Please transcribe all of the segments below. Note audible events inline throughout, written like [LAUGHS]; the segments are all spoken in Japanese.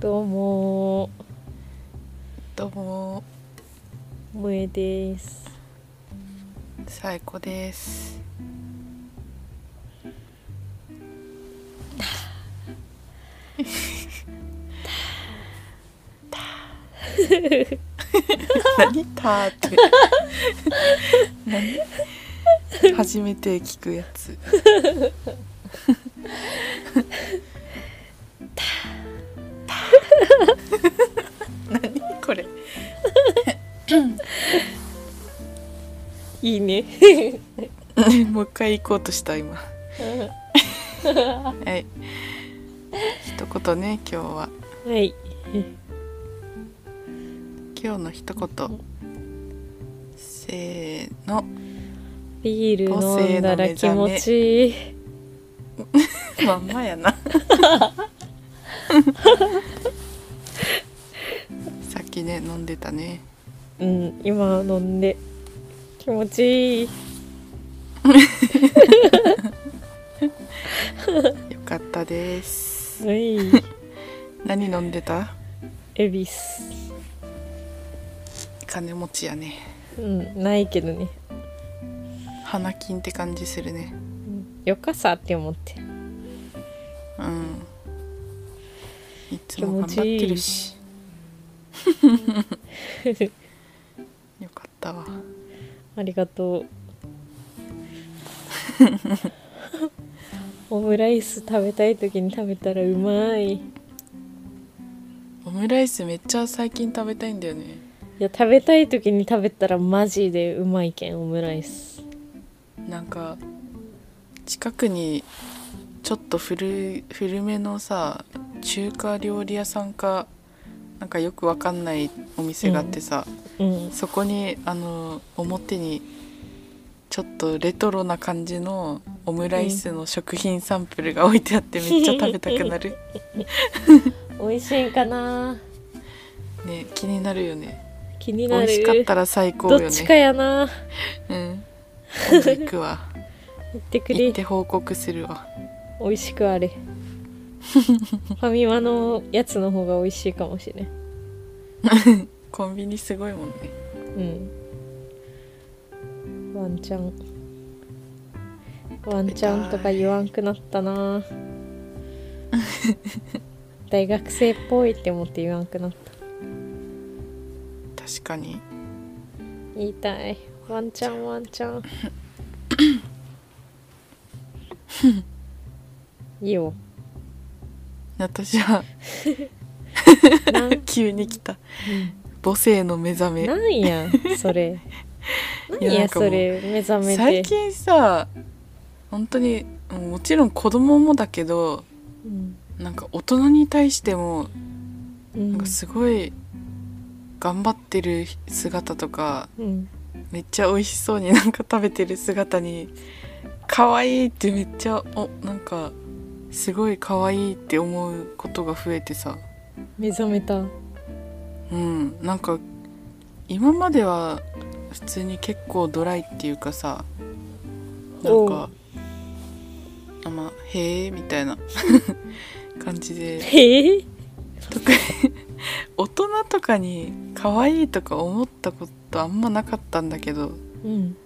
どうもどうもむえです最高です何ターって何初めて聞くや [LAUGHS] つ [LAUGHS] 何これいいねもう一回行こうとした今はい一言ね今日ははい今日の一言せーのビール飲んだら気持ちいいまんまやなさっきね飲んでたねうん今飲んで気持ちいいよかったですはい何飲んでた恵比寿金持ちやねうんないけどね、花金って感じするうねん、よかさって思ってうんいつも頑張ってるしよかったわありがとうオムライス食べたい時に食べたらうまいいオムライスめっちゃ最近食べたいんだよねや食べたい時に食べたらマジでうまいけんオムライスなんか近くにちょっと古い古めのさ中華料理屋さんかなんかよくわかんないお店があってさ、うんそこにあの表にちょっとレトロな感じのオムライスの食品サンプルが置いてあってめっちゃ食べたく [LAUGHS] なる美味しいんかなね気になるよね気に美なる味しかったら最高よどっねちかやなうん今度行 [LAUGHS] くわ言ってく行れって報告するわ美味しく [LAUGHS] あれファミマのやつの方が美味しいかもしれんコンビニすごいもんねうんワンチャンワンチャンとか言わんくなったな [LAUGHS] 大学生っぽいって思って言わんくなった確かに言いたいワンチャンワンチャン [LAUGHS] いいよ私はなん [LAUGHS] 急に来た母性の目覚めなんやそれい何やや [LAUGHS] なんかそもうれ目覚めて最近さ本当にうんもちろん子供もだけどうんなんか大人に対してもうんなんかすごい頑張ってる姿とかうんめっちゃ美味しそうになんか食べてる姿に可愛いってめっちゃおなんかすごい可愛いって思うことが増えてさ目覚めたうんなんか今までは普通に結構ドライっていうかさなんおかあんまへえみたいな [LAUGHS] 感じでへえ特に大人とかに可愛いとか思ったことあんまなかったんだけどうん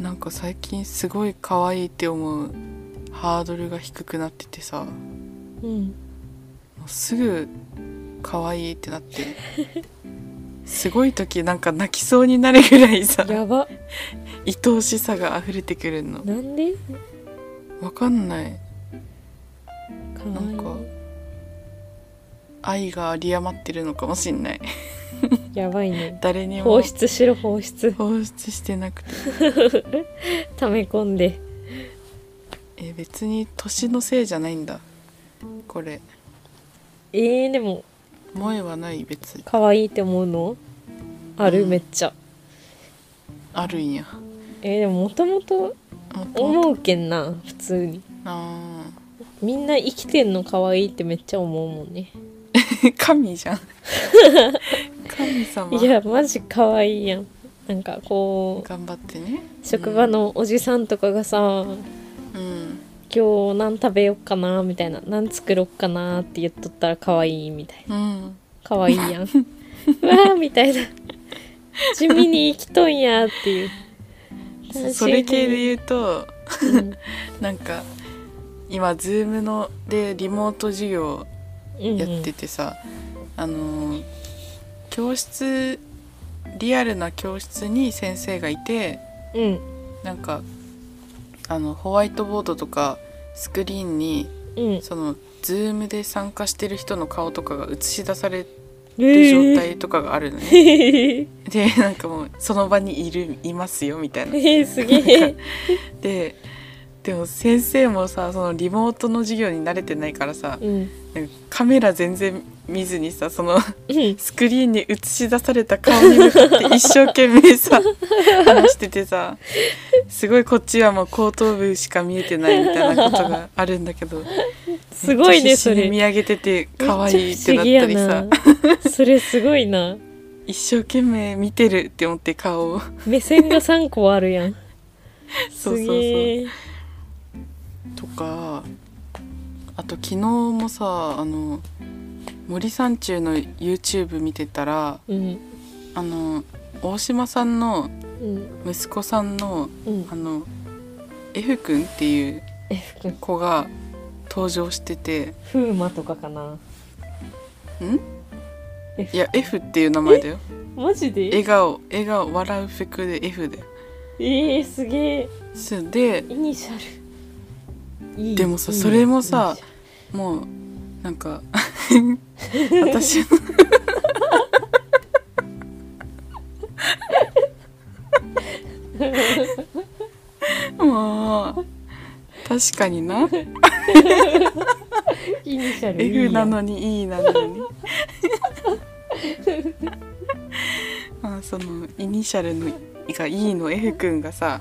なんか最近すごい可愛いって思うハードルが低くなっててさもうんうすぐ可愛いってなってすごい時なんか泣きそうになるぐらいさやば愛おしさが溢れてくるのなんでわかんないかなんわか愛が有り余ってるのかもしんないいいやばいね誰にも放出しろ放出放出してなくて溜め込んでえ別に年のせいじゃないんだこれえー、でも萌えはない別に可愛いって思うのある、うんめっちゃあるんやえー、でももともともっともっと思うけんな普通にあーみんな生きてんの可愛いってめっちゃ思うもんね [LAUGHS] [LAUGHS] 神じゃん神様いやマジ可愛いやんなんかこう頑張ってね職場のおじさんとかがさ、うん今今日何食べよっかなみたいな何作ろっかなって言っとったら可愛いみたいなうん可愛い [LAUGHS] やんうわーみたいな地味に生きとんやっていうそ [LAUGHS] それ系でう、言うとうん [LAUGHS] なんか今 Zoom のでリモート授業うん、やっててさ、あのー教室リアルな教室に先生がいてうんなんかあのホワイトボードとかスクリーンにうんその Zoom で参加してる人の顔とかが映し出される状え態とかがあるのね。ー、でなんかもうその場にいるいますよみたいな。えー、すげえででも先生もさそのリモートの授業に慣れてないからさうんなんかカメラ全然見ずにさそのうんスクリーンに映し出された顔に向かって一生懸命さ話しててさすごいこっちはもう後頭部しか見えてないみたいなことがあるんだけどすごいめねっちゃそ必死にれ見上げてて可愛いってなっめたっりちゃ不さ思議 [LAUGHS] やなそれすごいな一生懸命見てるって思って顔を目線が3個あるやんそうそうすそう。げえとかあと昨日もさあの森三中の YouTube 見てたらうんあの大島さんのうん息子さんのうんあの F 君っていう F 君子が登場してて風磨とかかなん F いや F っていう名前だよマジで笑顔笑顔笑う服で F だよえー、すげえそうでイニシャルいいでもさいいそれもさイニシャルもうなんか [LAUGHS] 私のもう確かになイニシャルいいや F なのに E なのにまあそのイニシャルのが E の F 君がさ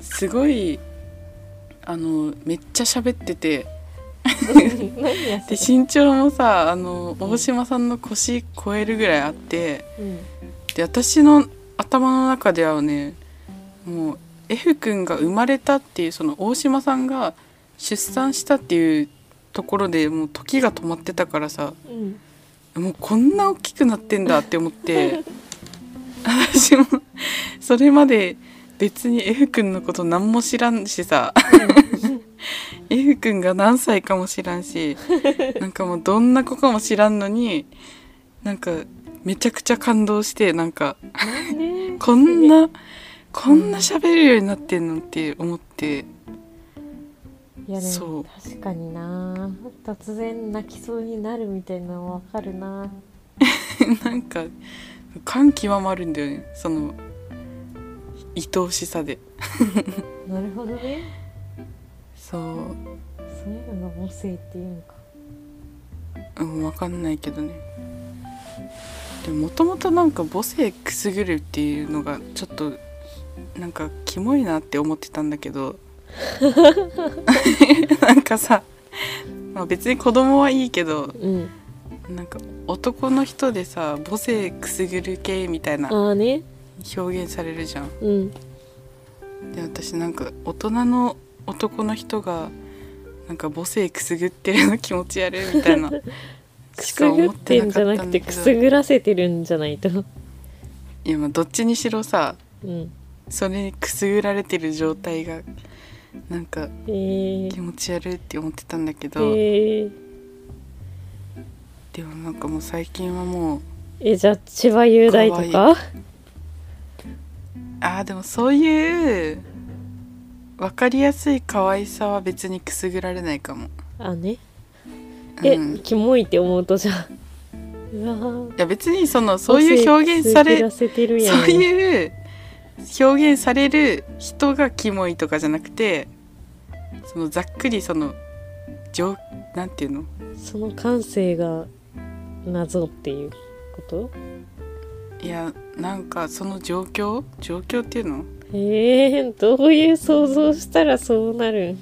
すごいあのめっちゃ喋ってて [LAUGHS] 何やでそれ身長もさあの大島さんの腰超えるぐらいあってうんで私の頭の中ではねもう F 君が生まれたっていうその大島さんが出産したっていうところでもう時が止まってたからさうんもうこんな大きくなってんだって思って私もそれまで別に F 君のこと何も知らんしさ F 君が何歳かも知らんしなんかもうどんな子かも知らんのになんかめちゃくちゃ感動してなんかねえこんなこんな喋るようになってんのって思っていやでそうも確かにな突然泣きそうになるみたいなのわかるななんか感極まるんだよねその愛おしさでなるほどねそうそういうのが母性っていうのかうん、わかんないけどねでもともとなんか母性くすぐるっていうのがちょっとなんかキモいなって思ってたんだけど [LAUGHS] なんかさ、まあ、別に子供はいいけどうんなんか男の人でさ母性くすぐる系みたいなああね表現されるじゃん。うんで私なんか大人の男の人がなんか母性くすぐってるの気持ち悪いみたいなくしすかぐ思っっててなんかじゃっなたくんてだくけすどぐらせてるんじゃないといやまあどっちにしろさうんそれにくすぐられてる状態がなんかえー、気持ち悪いって思ってたんだけえど、ー、でもなんかもう最近はもうえじゃあ千葉雄大とかかああでもそういう分かりやすい可愛さは別にくすぐられないかも。あねえ、うん、いキモいって思うとじゃあうわーや別にそのそういう表現され母性くすぐらせてるやんそういう表現される人がキモいとかじゃなくてそのざっくりその上なんていうのその感性が謎っていうこといやなんかその状況状況っていうのえー、どういう想像したらそうなるん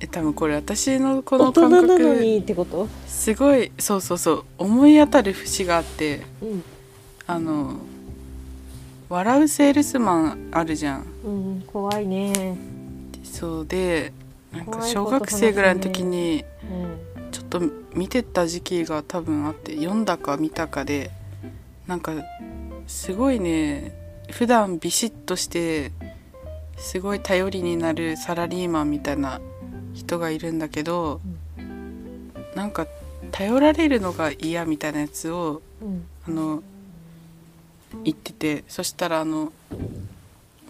え多分これ私のこ大の人感なの覚にってことすごいそうそうそう思い当たる節があってうんあの「笑うセールスマン」あるじゃん。うん怖いねそうでなん怖いこかと小学生ぐらいの時にうんちょっと見てた時期が多分あって読んだか見たかでなんかすごいね普段ビシッとしてすごい頼りになるサラリーマンみたいな人がいるんだけどなんか頼られるのが嫌みたいなやつをうんあの行っててそしたらあの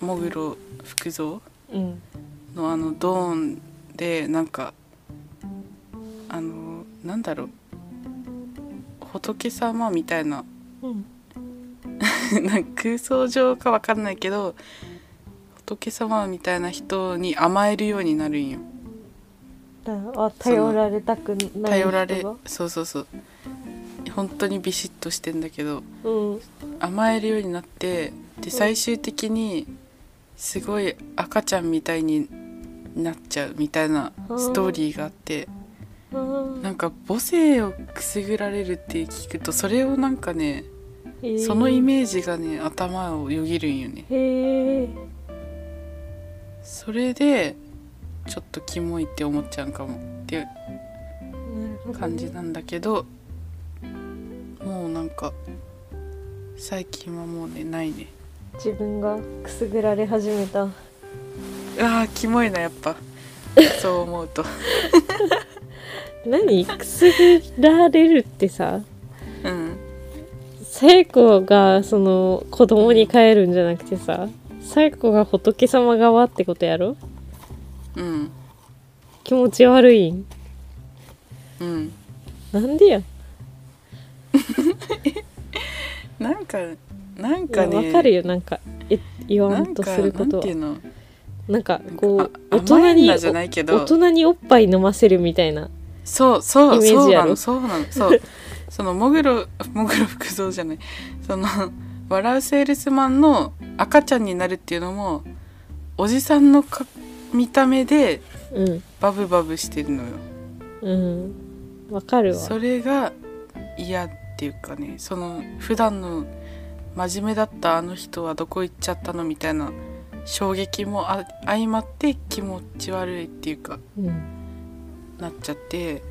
喪黒福蔵うんのあのドーンでなんかあのなんだろう仏様みたいな [LAUGHS] うんなんか空想上かわかんないけど仏様みたいな人に甘えるようになるんよだあ頼られたくない頼人がられそうそうそう本当にビシッとしてんだけどうん甘えるようになってで最終的にすごい赤ちゃんみたいになっちゃうみたいなストーリーがあってあーなんか母性をくすぐられるって聞くとそれをなんかねえーそのイメージがね頭をよぎるんよねへえそれでちょっとキモいって思っちゃうかもっていう感じなんだけどもうなんか最近はもうねないね自分がくすぐられ始めたうわーキモいなやっ [LAUGHS] ぱそう思うと何くすぐられるってさうん聖子がその子供に帰るんじゃなくてさ聖子が仏様側ってことやろうん気持ち悪いんうんなんでやなんかなんいやかわ、ねかるよなんかえ言わなんんとかすることなんはていうのなんかなんかこうあ大人甘えんになじゃないけ大ど人におっぱい飲ませるみたいなそうそイうメーそジうやなろのそうなのそう [LAUGHS] そのもぐ [LAUGHS] ろもぐろ福蔵じゃないその笑うセールスマンの赤ちゃんになるっていうのもおじさんのか見た目でうんバブバブしてるのようんわかるわそれが嫌っていうかねその普段の真面目だったあの人はどこ行っちゃったのみたいな衝撃もあ相まって気持ち悪いっていうかうんなっちゃって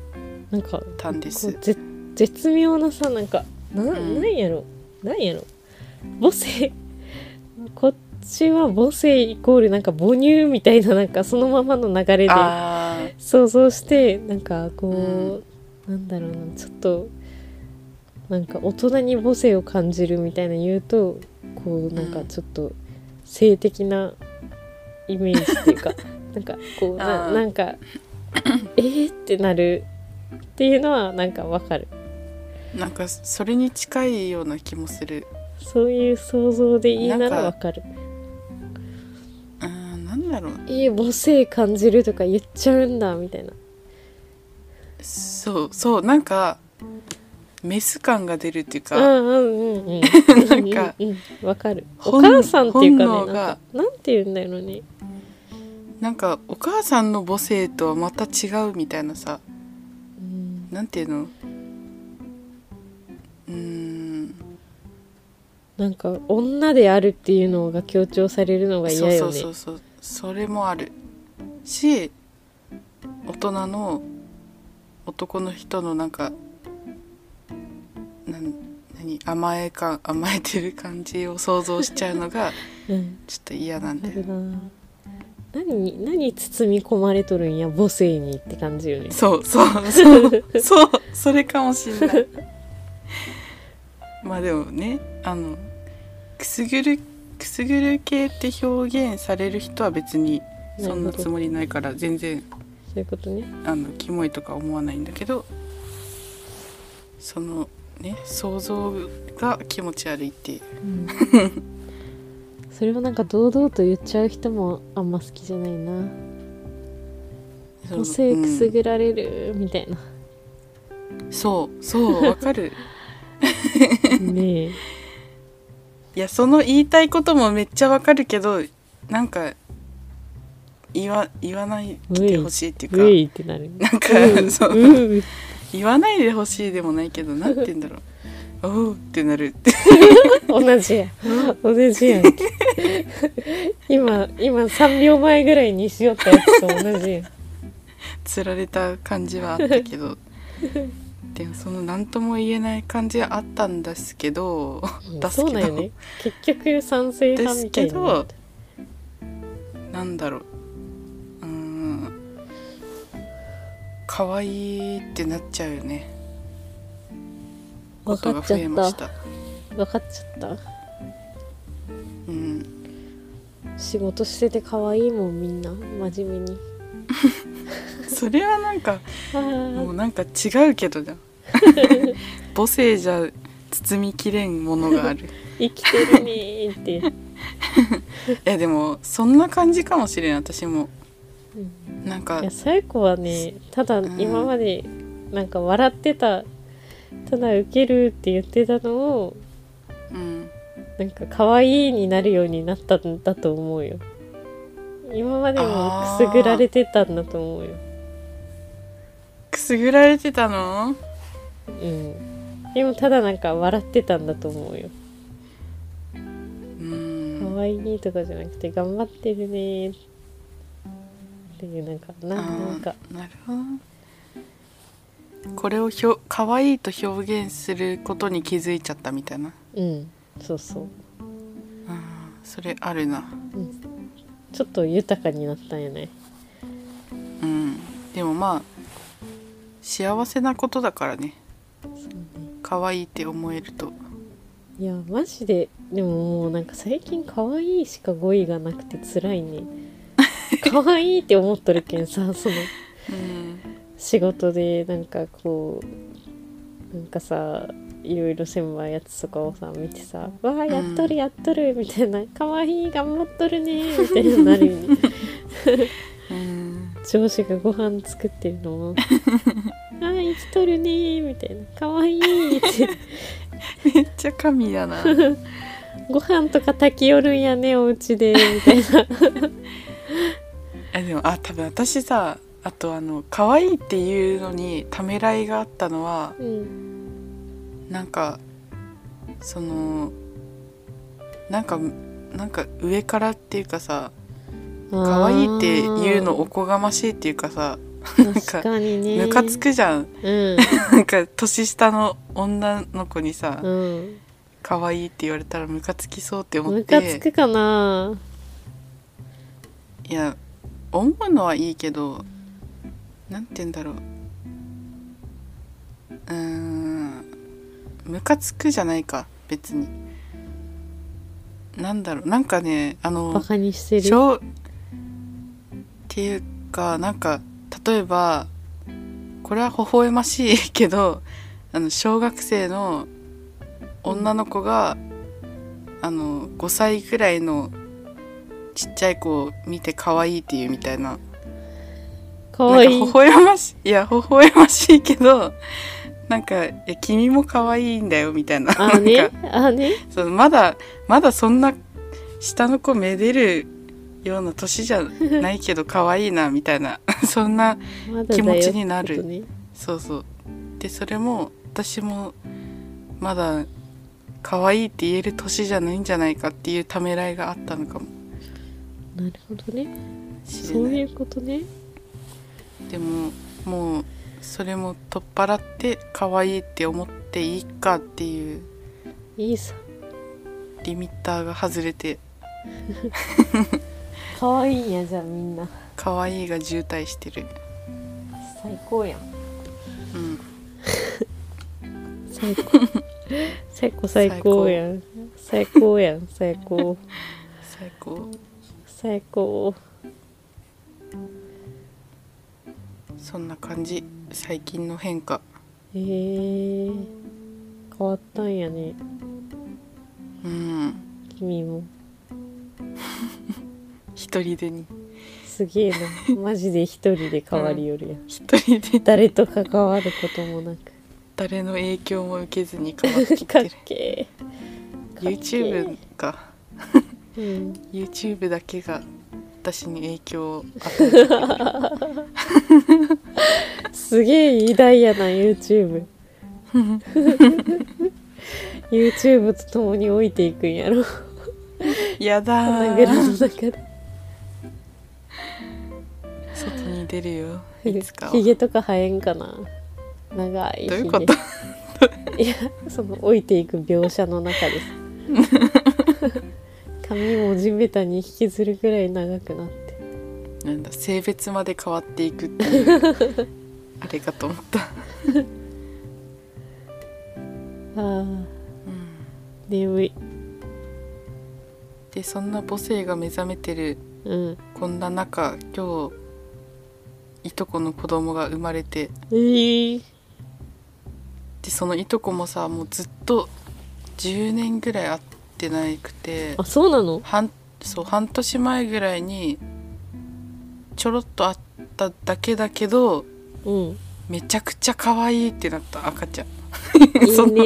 なんかたんでこすうぜ絶妙なさなんかなうんなんやろなんやろ母性こっちは母性イコールなんか母乳みたいななんかそのままの流れであー想像してなんかこう、なんだろうなちょっとなんか大人に母性を感じるみたいな言うとこうなんかちょっと性的なイメージって [LAUGHS] いうかなんかこうなあーなんかえーってなるっていうのはなんかわかるなんかそれに近いような気もするそういう想像でいいななんらかわかるうーんなんだろうえー母性感じるとか言っちゃうんだみたいなそうそうなんかメス感が出るっていううか、んうんうんうんなんかうんうんうんわかるお本母さんっていうかね本能なんがかなんて言うんだろうねなんかお母さんの母性とはまた違うみたいなさうんなんていうのうーんなんか女であるっていうのが強調されるのがそ嫌うよねそうそうそうそれもあるし大人の男の人のなんかなん何甘え感甘えてる感じを想像しちゃう [LAUGHS] のがうんちょっと嫌なんあだよるな何何包み込まれとるんや母性にって感じよねそうそうそうそうそれかもしんない [LAUGHS] まあでもねあのくすぐるくすぐる系って表現される人は別にそんなつもりないから全然そういうことねあのキモいとか思わないんだけどそのね想像が気持ち悪いっていう [LAUGHS] それをなんか堂々と言っちゃう人もあんま好きじゃないなそ母の性くすうんぐられるみたいな、そうそうわか [LAUGHS] るねえいやその言いたいこともめっちゃわかるけどなんか言わ言わないでほしいっていうウ [LAUGHS] かェイってな [LAUGHS] るなんか、うんそううう言わないでほしいでもないけどなんて言うんだ [LAUGHS] ろうおうってなるって同じや同じやん今今3秒前ぐらいにしよったやつと同じやんつられた感じはあったけ [LAUGHS] どでもその何とも言えない感じはあったんですけどうん出すけどそうだよね結局賛成派みたいになったなんだろううーん可愛いってなっちゃうよねこ分かとがっち増えまゃしったた分かっちゃったうん仕事してて可愛いもんみんな真面目にそれはなんかあもうーなんか違うけ [LAUGHS] どじゃん母性じゃ包みきれんものがある生きてるねーっ [LAUGHS] て、いやでもそんな感じかもしれん私もうんなんかいや小夜子はねただうん今までなんか笑ってたただウケるって言ってたのをうんなんか可愛いになるようになったんだと思うよ今までもあくーすぐられてたんだと思うよ、くすぐられてたのうん、でもただなんか笑ってたんだと思うようん可愛いとかじゃなくて頑張ってるねーっていうなんかなあなーんかなるほどこれをひょ可愛いと表現することに気づいちゃったみたいなうんそうそううんそれあるなちょっと豊かになったよねうんでもまあ幸せなことだからねそうね可愛いって思えるといやマジででももうなんか最近可愛いしか語彙がなくて辛い [LAUGHS] ね可愛いって思っとるけんさそのうん仕事でなんかこうなんかさいろいろ専売やつとかをさ見てさ「わあやっとるやっとる」みたいな「可愛い頑張っとるね」みたいになるよ [LAUGHS] ねうん上司がご飯作ってるのも「ああ生きとるね」みたいな「可愛いって [LAUGHS] めっちゃ神だな「ご飯とか炊きよるんやねお家で」みたいな。 [LAUGHS] えでもあ多分私さあとあの可愛いっていうのにためらいがあったのはうんなんかそのなんかなんか上からっていうかさ可愛いっていうのおこがましいっていうかさなんか確かにねムカつくじゃんうんなんか年下の女の子にさうん可愛いって言われたらムカつきそうって思っムカつてくかないや思うのはいいけどなんて言うんだろううーんムカつくじゃないか別になんだろうなんかねあのバカにしてる小っていうかなんか例えばこれは微笑ましいけどあの小学生の女の子が、あの5歳ぐらいのちっちゃい子を見て可愛いっていうみたいなかわいないんか微笑ましいいや微笑ましいけどなんかいや君も可愛いんだよみたいなあーなんねかあーねそのまだまだそんな下の子めでるような年じゃないけど可愛いなみたいな [LAUGHS] そんなまだだ気よ持ちになってことるねそうそうでそれも私もまだ可愛いって言える年じゃないんじゃないかっていうためらいがあったのかもなるほどねしれそうないいうことねでももうそれも取っ払って可愛いって思っていいかっていういいさリミッターが外れてかわいいんやじゃあみんな可愛いが渋滞してる最高やんうん最 [LAUGHS] 高最高最高やん最高やん最高最高最高そんな感じ最近の変化えー、変わったんやねうん君も一人でにすげえなマジで一人で変わりよるやん一人で誰と関わることもなく誰の影響も受けずに変わってきかてっるけえ YouTube かうん、 YouTube だけが私に影響を与えてくれるすげえ偉大やな YouTubeYouTube と共に老いていくんやろやだ穴蔵のー中で外に出るよいつかはひげとか生えんかな長いひどげういうこといやその老いていく描写の中です髪も地べたに引きずるぐらい長くなってなんだ性別まで変わっていくっていうあれかと思った、あーうん眠いでそんな母性が目覚めてるうんこんな中今日いとこの子供が生まれてえー、でそのいとこもさもうずっと10年ぐらい会ってなくてあそうなの半そう半年前ぐらいにちょろっと会っただけだけどうんめちゃくちゃ可愛いってなった赤ちゃんい [LAUGHS] そいの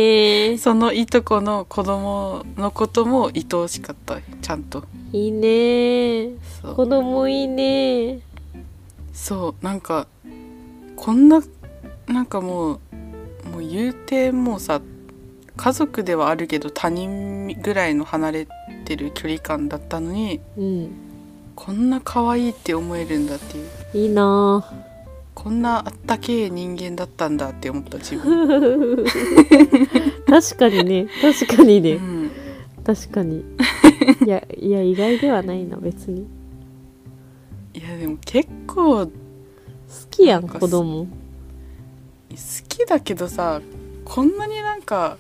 ねそのいとこの子供のことも愛おしかったちゃんといいねそう子供いいねそうなんかこんななんかもうもう言うてもうさ家族ではあるけど他人ぐらいの離れてる距離感だったのにうんこんな可愛いって思えるんだっていういい [LAUGHS] なこんなあったけえ人間だったんだって思った自 [LAUGHS] 分、確かにね確かにうねん、確かにいやいや意外ではないな別にいやでも結構好好きやんなんか子供きだけどさこんなになんか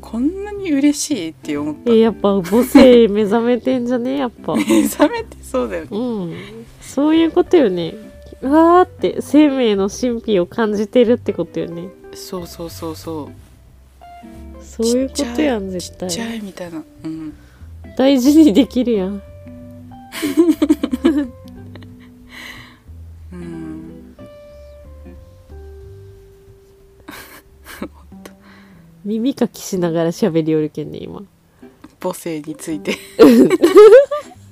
こんなに嬉しいって思ったえ [LAUGHS] やっぱ母性目覚めてんじゃねやっぱ目覚めてそうだよねうんそういうことよねうわーって生命の神秘を感じてるってことよねそうそうそうそうそういうことやんち絶っちゃ対いみたいな、うん、大事にできるやんうん、耳かきしながら喋りおるけんね今母性について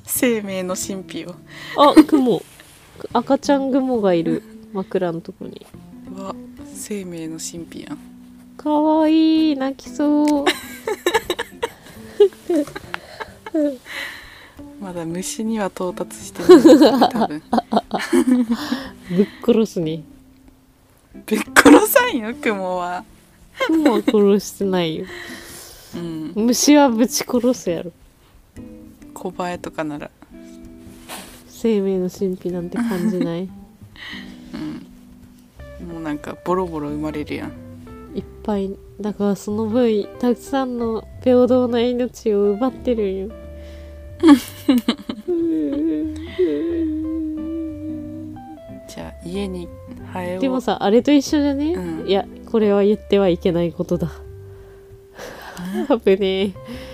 生命の神秘をあ雲赤ちゃん雲がいる枕のとこには生命の神秘やんかわいい泣きそうまだ虫には到達してない多分ぶっ殺すねぶっ殺さんよ雲は雲は殺してないようん虫はぶち殺すやろ小映えとかなら生命の神秘なんて感じないもうなんかボロボロ生まれるやんいっぱいだからその分たくさんの平等な命を奪ってるんようーじゃあ家にハエをでもさあれと一緒じゃね、うんいやこれは言ってはいけないことだ危ねえ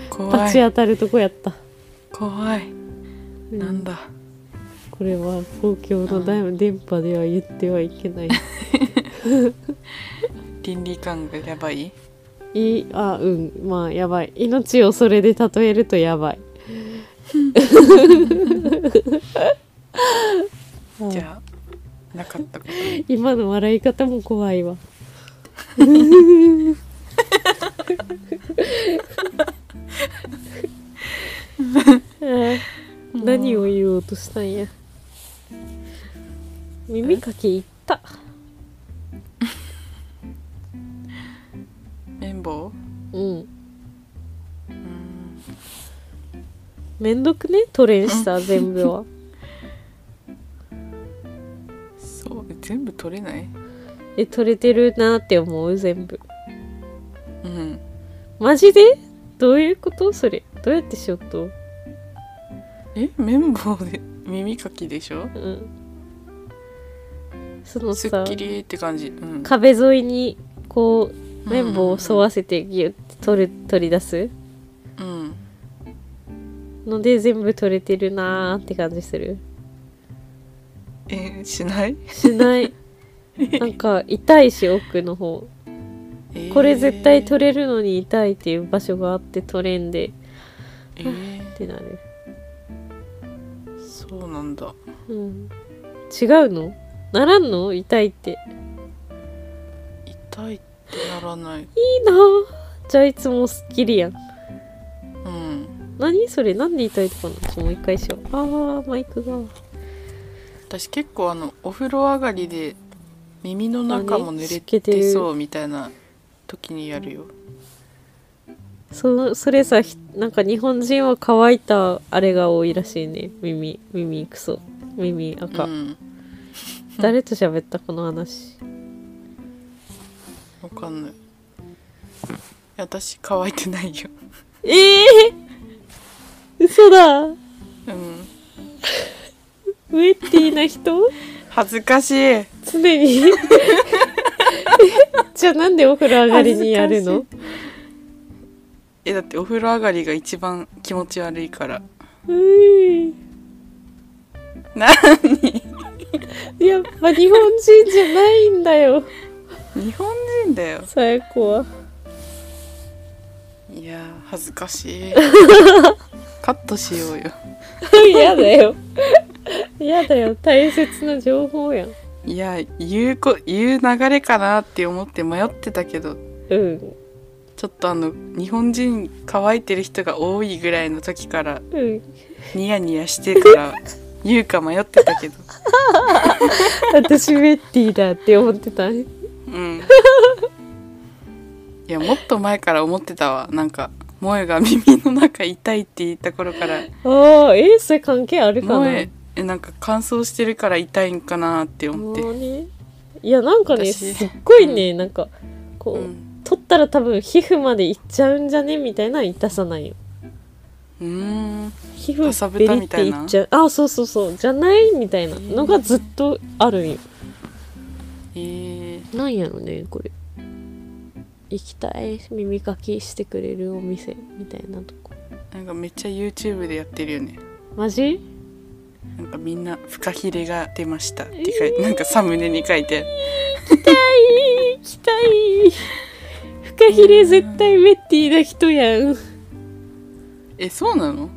怖罰ちい当たるとこやった、怖い、うなんだこれは公共のだ電波では言ってはいけない [LAUGHS] 倫理観がやばいいあうんまあやばい命をそれで例えるとやばいあじゃあなかったことに今の笑い方も怖い [LAUGHS] わ [LAUGHS] 何を言おうとしたんや耳かきいった綿棒うんうんめんどくねトレンした全部は [LAUGHS] そう全部取れないえ取れてるなって思う全部うんマジでどういうことそれどうやってしようとえ綿棒で耳かきでしょうんそのすさっきりって感じうん壁沿いにこう綿棒を沿わせせてギュッて取る取り出すうんので全部取れてるなーって感じするえしないしない [LAUGHS] なんか痛いし奥の方これ絶対取れるのに痛いっていう場所があって取れんでれえーってなるそうなんだうん違うのならんの痛いって痛いってならないいいなーじゃあいつもすっきりやんうん何それなんで痛いとかなちょっともう一回しようあーマイクが私結構あのお風呂上がりで耳の中もあね濡湿気れてるてそうみたいな時にやるよそそれさひなんか日本人は乾いたあれが多いらしいね耳耳クソ耳う赤、ん誰と喋ったこの話わかんないいや私乾いてないよええー、嘘だウうんェッティな人恥ずかしい常に [LAUGHS] えじゃあなんでお風呂上がりにやるのえだってお風呂上がりが一番気持ち悪いからうーいなやっぱ日本人じゃないんだよ日本人だよさやこはいやー恥ずかしいカットしようよ [LAUGHS] 嫌だよ [LAUGHS] 嫌だよ大切な情報やんいや言うこ言う流れかなって思って迷ってたけどうんちょっとあの日本人乾いてる人が多いぐらいの時からうんニヤニヤしてから [LAUGHS] 言うか迷ってたけど私ウェッティだって思ってたねうんいやもっと前から思ってたわなんか萌えが耳の中痛いって言った頃からああえー、それ関係あるかな萌ええなんか乾燥してるから痛いんかなって思ってもうねいやなんかね私すっごいね、なんかこう、うん取ったら多分皮膚までいっちゃうんじゃねみたいな痛さなんようーん皮かさ膚ぶベリたっみたていいなっちゃうあそうそうそうじゃないみたいなのがずっとあるんよえー、なんやろねこれ行きたい耳かきしてくれるお店みたいなとこなんかめっちゃ YouTube でやってるよねマジなんかみんな「フカヒレが出ました」って書いて、なんかサムネに書いて行きたい行きたいフカヒレ絶対メッティな人やんえそうなの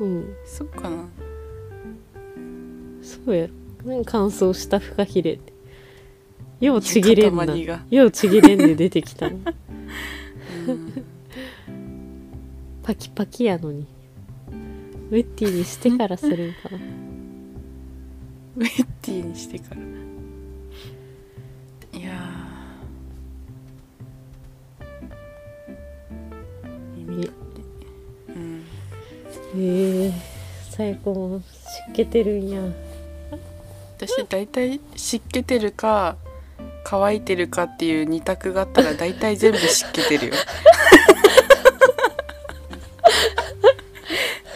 うんそっかなそうやろ何乾燥したフカヒレってようちぎれんな塊がようちぎれんで出てきたのうんパキパキやのにメッティにしてからするんか [LAUGHS] なウェッティにしてからいやー耳かうんへえ最高も湿気てるんや私大体湿気てるか乾いてるかっていう二択があったら大体全部湿気 [LAUGHS] てるよ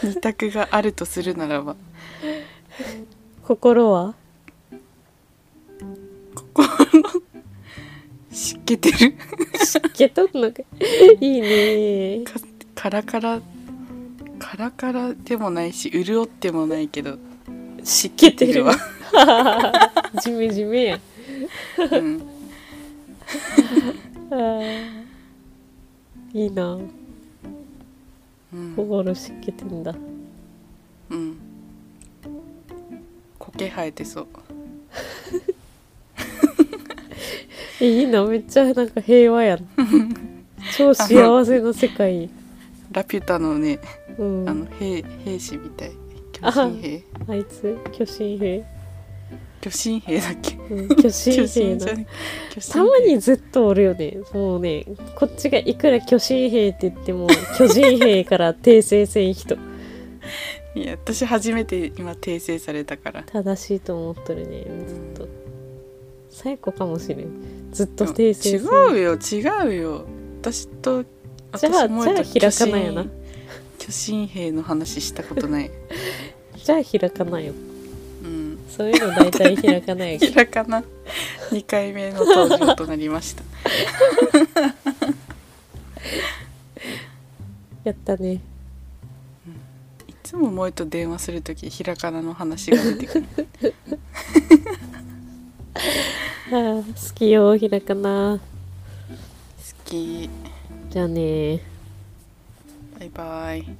二択があるとするならば心は湿気てる湿気とんのかいいねかカラカラカラカラでもないし潤ってもないけど湿湿気てるわ、ジメジメや [LAUGHS] うん、あーいいなうん、心湿気てんだうん苔生えてそうえいいなめっちゃなんか平和 [LAUGHS] やん超幸せな世界ラピュタのねうあんの兵兵士みたい巨神兵あいつ巨神兵、巨神兵だっけうん、巨神兵じなゃない巨神 [LAUGHS] 兵たまにずっとおるよねもうねこっちがいくら巨神兵って言 [LAUGHS] っても巨人兵から訂正せん人いや私初めて今訂正されたから正しいと思っとるねずっと最古かもしれんずっと訂正せん違うよ違うよ私とじゃあ私もえとじゃあ開かないよな巨神巨神兵の話したこ [LAUGHS] とないじゃあ開かないようんそういうの大体開かないよ開かな2回目の登場となりましたやったねいつも萌えと電話する時ひらかなの話が出 [LAUGHS] てくるあー好きよ開かな好きじゃあねバイバイ